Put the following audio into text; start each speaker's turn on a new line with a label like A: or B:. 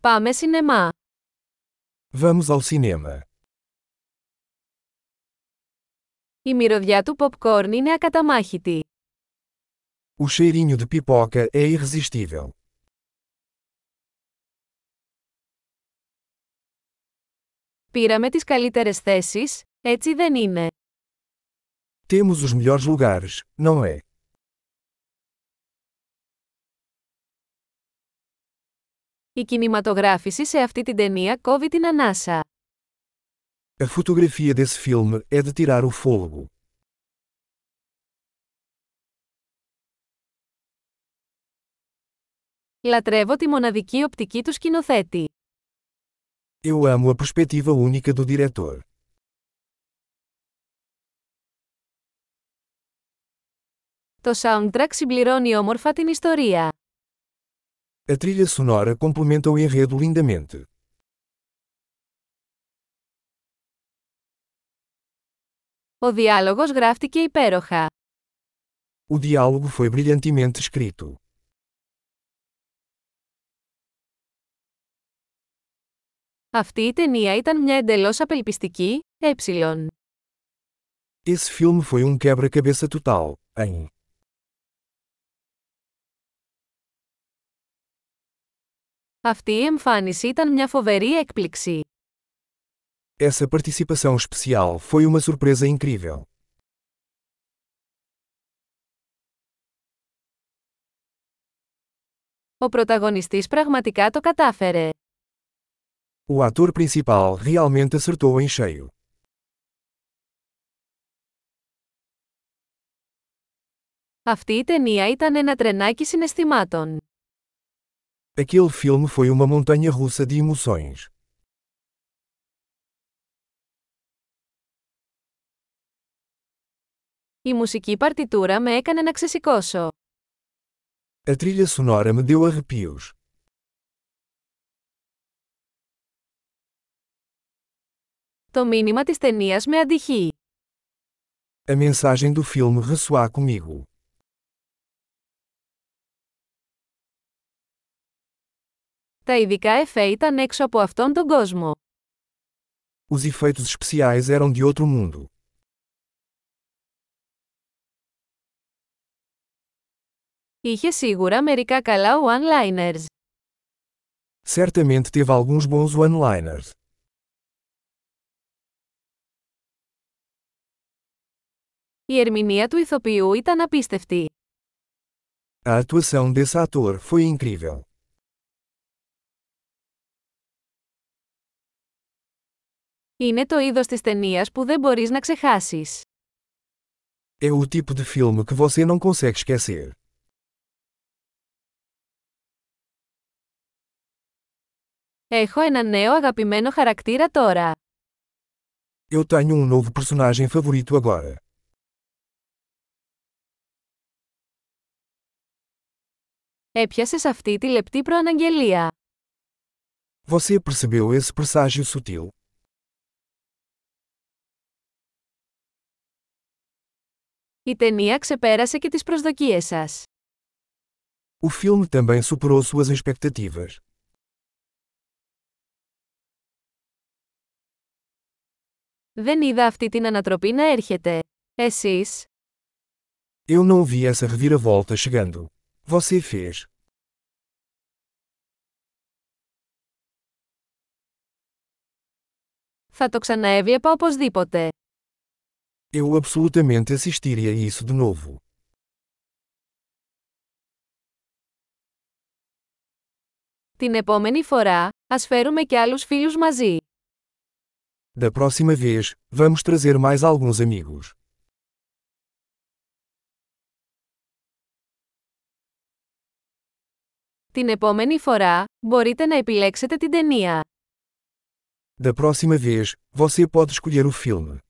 A: Πάμε σινεμά.
B: Vamos ao cinema.
A: Η μυρωδιά του popcorn είναι ακαταμάχητη.
B: O cheirinho de pipoca é irresistível.
A: Πήραμε τις καλύτερες θέσεις, έτσι δεν είναι.
B: Temos os melhores lugares, não é?
A: Η κινηματογράφηση σε αυτή την ταινία κόβει την ανάσα.
B: A fotografia desse filme é de tirar o fôlego.
A: Λατρεύω τη μοναδική οπτική του σκηνοθέτη.
B: Eu amo a perspectiva única do diretor.
A: Το soundtrack συμπληρώνει όμορφα την ιστορία.
B: A trilha sonora complementa o enredo lindamente.
A: Ο διάλογος γράφτηκε υπέροχα.
B: O diálogo foi brilhantemente escrito.
A: Αυτή η ταινία ήταν μια εντελώς απελπιστική, ε.
B: Esse filme foi um quebra-cabeça total, em.
A: Αυτή η εμφάνιση ήταν μια φοβερή έκπληξη.
B: Essa participação especial foi uma surpresa incrível.
A: Ο πρωταγωνιστής πραγματικά το κατάφερε.
B: O ator principal realmente acertou em cheio.
A: Αυτή η ταινία ήταν ένα τρενάκι συναισθημάτων.
B: Aquele filme foi uma montanha russa de emoções.
A: Η μουσική παρτιτούρα με έκανε να ξεσηκώσω.
B: A trilha sonora me deu arrepios.
A: Το μήνυμα της ταινίας με αντυχεί.
B: A mensagem do filme ressoar comigo.
A: Τα ειδικά εφέ ήταν έξω από αυτόν τον κόσμο.
B: Os efeitos especiais eram de outro mundo.
A: Είχε σίγουρα μερικά καλά one-liners.
B: Certamente teve alguns bons one-liners.
A: Η ερμηνεία του ηθοποιού ήταν απίστευτη.
B: A atuação desse ator foi incrível.
A: Είναι το είδος της ταινίας που δεν μπορείς να ξεχάσεις.
B: É o tipo de filme que você não consegue esquecer.
A: Έχω ένα νέο αγαπημένο χαρακτήρα τώρα.
B: Eu tenho um novo personagem favorito agora.
A: Έπιασες αυτή τη λεπτή προαναγγελία.
B: Você percebeu esse presságio sutil?
A: Η ταινία ξεπέρασε και τις προσδοκίες σας.
B: O filme também superou suas expectativas.
A: Δεν είδα αυτή την ανατροπή να έρχεται. Εσείς,
B: Eu não vi essa reviravolta chegando. Você fez.
A: θα το ξαναέβλεπα οπωσδήποτε.
B: Eu absolutamente assistiria isso de novo.
A: Την επόμενη φορά, ας φέρουμε και άλλους φίλους μαζί.
B: Da próxima vez, vamos trazer mais alguns amigos.
A: Την επόμενη φορά, μπορείτε να επιλέξετε την ταινία.
B: Da próxima vez, você pode escolher o filme.